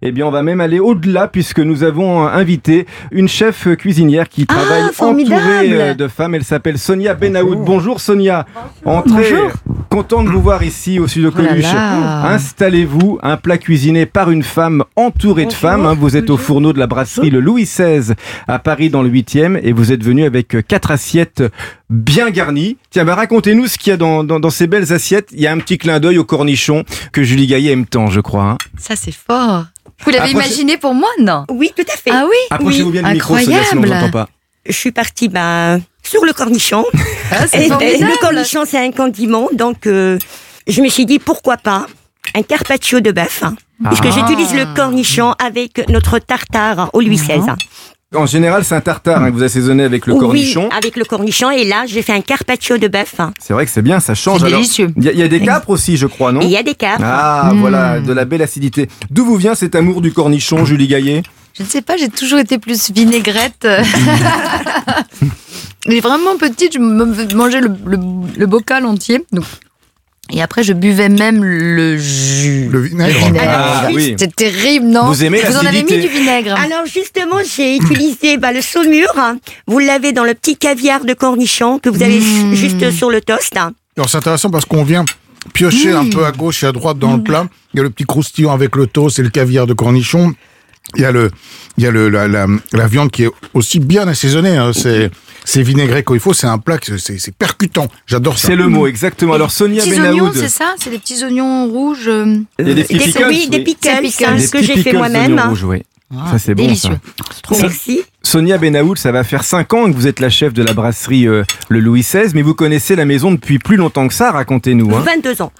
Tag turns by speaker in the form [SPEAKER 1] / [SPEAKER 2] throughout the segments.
[SPEAKER 1] Eh bien, on va même aller au-delà puisque nous avons invité une chef cuisinière qui
[SPEAKER 2] Ah,
[SPEAKER 1] travaille entourée
[SPEAKER 2] formidable
[SPEAKER 1] euh, de femmes. Elle s'appelle Sonia Benaoud. Bonjour Sonia. Entrez.
[SPEAKER 2] Bonjour.
[SPEAKER 1] Content de vous voir ici au Sud de
[SPEAKER 2] Oh là
[SPEAKER 1] Coluche. Hein
[SPEAKER 2] là.
[SPEAKER 1] Installez-vous. Un plat cuisiné par une femme entourée de
[SPEAKER 3] Bonjour.
[SPEAKER 1] femmes. hein. Vous êtes au fourneau de la brasserie Le Louis XVI à Paris dans le 8e et vous êtes venu avec euh, quatre assiettes bien garnies. Tiens, bah, racontez-nous ce qu'il y a dans, dans- dans ces belles assiettes. Il y a un petit clin d'œil au cornichon que Julie Gaillet aime tant, je crois. hein.
[SPEAKER 2] Ça, c'est fort. Vous l'avez
[SPEAKER 1] Après,
[SPEAKER 2] imaginé pour moi, non
[SPEAKER 3] Oui, tout à fait.
[SPEAKER 2] Ah oui
[SPEAKER 1] Approchez-vous bien du micro, Sonia,
[SPEAKER 2] incroyable.
[SPEAKER 1] sinon on vous entend pas.
[SPEAKER 3] Je suis partie bah, sur le cornichon.
[SPEAKER 2] Ah,
[SPEAKER 3] Et,
[SPEAKER 2] C'est
[SPEAKER 3] euh,
[SPEAKER 2] formidable.
[SPEAKER 3] le cornichon, c'est un condiment, donc euh, je me suis dit pourquoi pas un carpaccio de bœuf. hein, Puisque
[SPEAKER 1] Ah.
[SPEAKER 3] j'utilise le cornichon avec notre tartare au Louis XVI. hein.
[SPEAKER 1] En général, c'est un tartare hein, que vous assaisonnez avec Mhm. le
[SPEAKER 3] Oh Oui, Ah.
[SPEAKER 1] cornichon.
[SPEAKER 3] avec le cornichon. Et là, j'ai fait un carpaccio de bœuf. hein.
[SPEAKER 1] C'est vrai que c'est bien, ça change.
[SPEAKER 2] C'est
[SPEAKER 1] Alors,
[SPEAKER 2] délicieux.
[SPEAKER 1] Il y, a- il y a des capres aussi, je crois, non
[SPEAKER 3] Et il y a Hmm. des câbles.
[SPEAKER 1] Ah,
[SPEAKER 2] Mm.
[SPEAKER 1] voilà, de la belle acidité. D'où vous vient cet amour du cornichon, Julie Gaillet
[SPEAKER 2] Je ne sais pas, j'ai toujours été plus vinaigrette. Mais vraiment petite, je me- mangeais le, le- le bocal entier. Donc, et après, je buvais même le jus.
[SPEAKER 4] Le vinaigre.
[SPEAKER 1] Ah, oui.
[SPEAKER 2] C'est terrible, non
[SPEAKER 1] Vous aimez Ah,
[SPEAKER 2] en avez
[SPEAKER 1] l'acidité.
[SPEAKER 2] mis du vinaigre.
[SPEAKER 3] Alors justement, j'ai utilisé bah, le saumur. hein. Vous l'avez dans le petit caviar de cornichon que vous avez
[SPEAKER 2] Mmh.
[SPEAKER 3] juste sur le toast. hein.
[SPEAKER 4] Alors c'est intéressant parce qu'on vient piocher un peu à gauche et à droite dans le plat. Il y a le petit croustillant avec le toast et le caviar de cornichon. Il y a le, il y a le la, la, la viande qui est aussi bien assaisonnée. hein. C'est c'est vinaigré quand il faut. C'est un plat que c'est c'est percutant. J'adore ça.
[SPEAKER 1] C'est le mot, exactement. Alors, Sonia
[SPEAKER 2] petits oignons,
[SPEAKER 1] Benaoud,
[SPEAKER 2] c'est ça C'est des petits oignons rouges euh,
[SPEAKER 1] il y a des petits
[SPEAKER 3] Des-
[SPEAKER 1] pickles.
[SPEAKER 3] oui, des
[SPEAKER 1] oui.
[SPEAKER 3] pickles,
[SPEAKER 2] Des pickles.
[SPEAKER 3] hein,
[SPEAKER 1] Des
[SPEAKER 3] ce que
[SPEAKER 1] petits
[SPEAKER 3] j'ai fait
[SPEAKER 1] pickles
[SPEAKER 3] moi-même. Ah,
[SPEAKER 1] d'oignons rouges, oui. Ça, c'est bon, ça.
[SPEAKER 2] délicieux.
[SPEAKER 3] Merci.
[SPEAKER 1] Sonia Benaoud, ça va faire 5 ans que vous êtes la chef de la brasserie euh, Le Louis XVI, mais vous connaissez la maison depuis plus longtemps que ça, racontez-nous. hein.
[SPEAKER 3] 22 ans.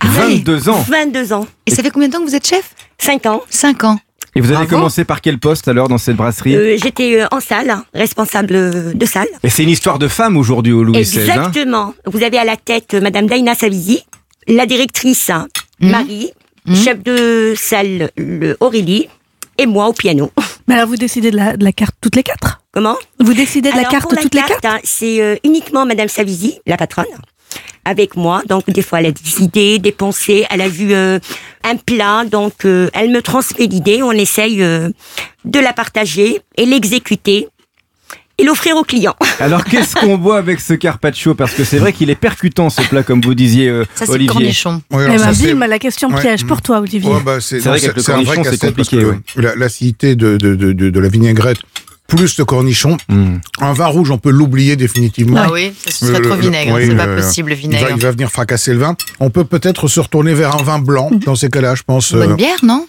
[SPEAKER 2] Ah ouais.
[SPEAKER 1] 22 ans.
[SPEAKER 3] 22 ans.
[SPEAKER 2] Et ça fait combien de temps que vous êtes chef
[SPEAKER 3] 5 ans.
[SPEAKER 2] 5 ans.
[SPEAKER 1] Et vous avez
[SPEAKER 2] Bravo.
[SPEAKER 1] commencé par quel poste alors dans cette brasserie
[SPEAKER 3] Euh, J'étais euh, en salle, hein, responsable euh, de salle.
[SPEAKER 1] Et c'est une histoire de femme aujourd'hui au Louis XVI. hein.
[SPEAKER 3] Exactement. Vous avez à la tête euh, Madame Daina Savizi, la directrice hein, Marie, chef de salle le Aurélie et moi au piano.
[SPEAKER 5] Mais alors, vous décidez de la, de la carte toutes les quatre
[SPEAKER 3] Comment
[SPEAKER 5] Vous décidez de la
[SPEAKER 3] Alors,
[SPEAKER 5] carte
[SPEAKER 3] pour la
[SPEAKER 5] toutes les
[SPEAKER 3] carte,
[SPEAKER 5] quatre
[SPEAKER 3] hein, C'est euh, uniquement Madame Savizi, la patronne, avec moi. Donc des fois elle a des idées, des pensées. Elle a vu euh, un plat, donc euh, elle me transmet l'idée. On essaye euh, de la partager et l'exécuter et l'offrir aux clients.
[SPEAKER 1] Alors qu'est-ce qu'on boit avec ce carpaccio Parce que c'est vrai qu'il est percutant ce plat, comme vous disiez, euh,
[SPEAKER 2] Ça, c'est le
[SPEAKER 1] Olivier.
[SPEAKER 2] cornichon.
[SPEAKER 4] Ouais, alors
[SPEAKER 5] Eh
[SPEAKER 4] ça,
[SPEAKER 5] ben,
[SPEAKER 4] c'est-
[SPEAKER 5] bim, la question
[SPEAKER 4] Ouais.
[SPEAKER 5] piège pour toi, Olivier.
[SPEAKER 4] Ouais, bah, c'est
[SPEAKER 1] C'est
[SPEAKER 4] non,
[SPEAKER 1] vrai qu'avec
[SPEAKER 4] c'est-
[SPEAKER 1] le
[SPEAKER 4] c'est un vrai
[SPEAKER 1] cornichon, c'est
[SPEAKER 4] casse-tête parce que
[SPEAKER 1] compliqué,
[SPEAKER 4] la- l'acidité de, de, de, de, de la vinaigrette plus le cornichon.
[SPEAKER 1] Mm.
[SPEAKER 4] Un vin rouge, on peut l'oublier définitivement.
[SPEAKER 2] Ah oui, ça ce
[SPEAKER 4] Le-
[SPEAKER 2] serait
[SPEAKER 1] Euh,
[SPEAKER 4] le-
[SPEAKER 2] trop
[SPEAKER 4] le-
[SPEAKER 2] vinaigre. hein,
[SPEAKER 4] oui,
[SPEAKER 2] c'est pas
[SPEAKER 4] le-
[SPEAKER 2] possible, le
[SPEAKER 4] Il va,
[SPEAKER 2] vinaigre.
[SPEAKER 4] il va venir fracasser le vin. On peut peut-être se retourner vers un vin blanc dans ces cas-là, je pense, euh,
[SPEAKER 2] Bonne bière, non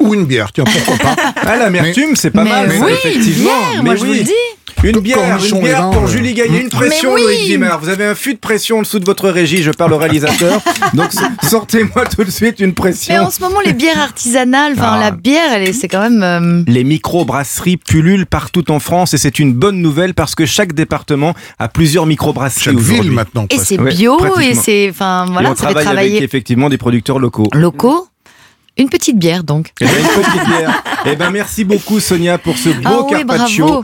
[SPEAKER 4] ou une bière. Tiens, pourquoi pas
[SPEAKER 1] Ah, l'amertume, c'est pas
[SPEAKER 2] Mais
[SPEAKER 1] mal, ça,
[SPEAKER 2] oui, une
[SPEAKER 1] effectivement.
[SPEAKER 2] bière,
[SPEAKER 1] Mais
[SPEAKER 2] moi je vous
[SPEAKER 1] oui.
[SPEAKER 2] le dis.
[SPEAKER 1] Une
[SPEAKER 4] Co-
[SPEAKER 1] bière,
[SPEAKER 4] cornichon
[SPEAKER 1] une bière
[SPEAKER 4] et vin,
[SPEAKER 1] pour
[SPEAKER 4] ouais.
[SPEAKER 1] Julie Gaillet, une pression,
[SPEAKER 2] Mais oui.
[SPEAKER 1] Loïc Guimard. Vous avez un fût de pression en dessous de votre régie, je parle au réalisateur. Donc so- sortez-moi tout de suite une
[SPEAKER 2] Mais
[SPEAKER 1] pression.
[SPEAKER 2] en ce moment, les bières artisanales, enfin
[SPEAKER 1] Ah.
[SPEAKER 2] la bière, elle est, c'est quand même. euh,
[SPEAKER 1] Les micro-brasseries pullulent partout en France et c'est une bonne nouvelle parce que chaque département a plusieurs micro-brasseries
[SPEAKER 4] Chaque ville
[SPEAKER 1] aujourd'hui.
[SPEAKER 4] maintenant.
[SPEAKER 2] et
[SPEAKER 4] presque.
[SPEAKER 2] c'est
[SPEAKER 1] ouais,
[SPEAKER 2] bio, et
[SPEAKER 1] pratiquement.
[SPEAKER 2] c'est, enfin
[SPEAKER 1] Et
[SPEAKER 2] voilà,
[SPEAKER 1] on
[SPEAKER 2] ça fait
[SPEAKER 1] travaille avec
[SPEAKER 2] travailler
[SPEAKER 1] effectivement des producteurs locaux.
[SPEAKER 2] locaux. Une petite bière donc.
[SPEAKER 1] Eh ben, une petite bière. Eh ben, merci beaucoup, Sonia, pour ce beau
[SPEAKER 2] Ah oui,
[SPEAKER 1] carpaccio.
[SPEAKER 2] bravo.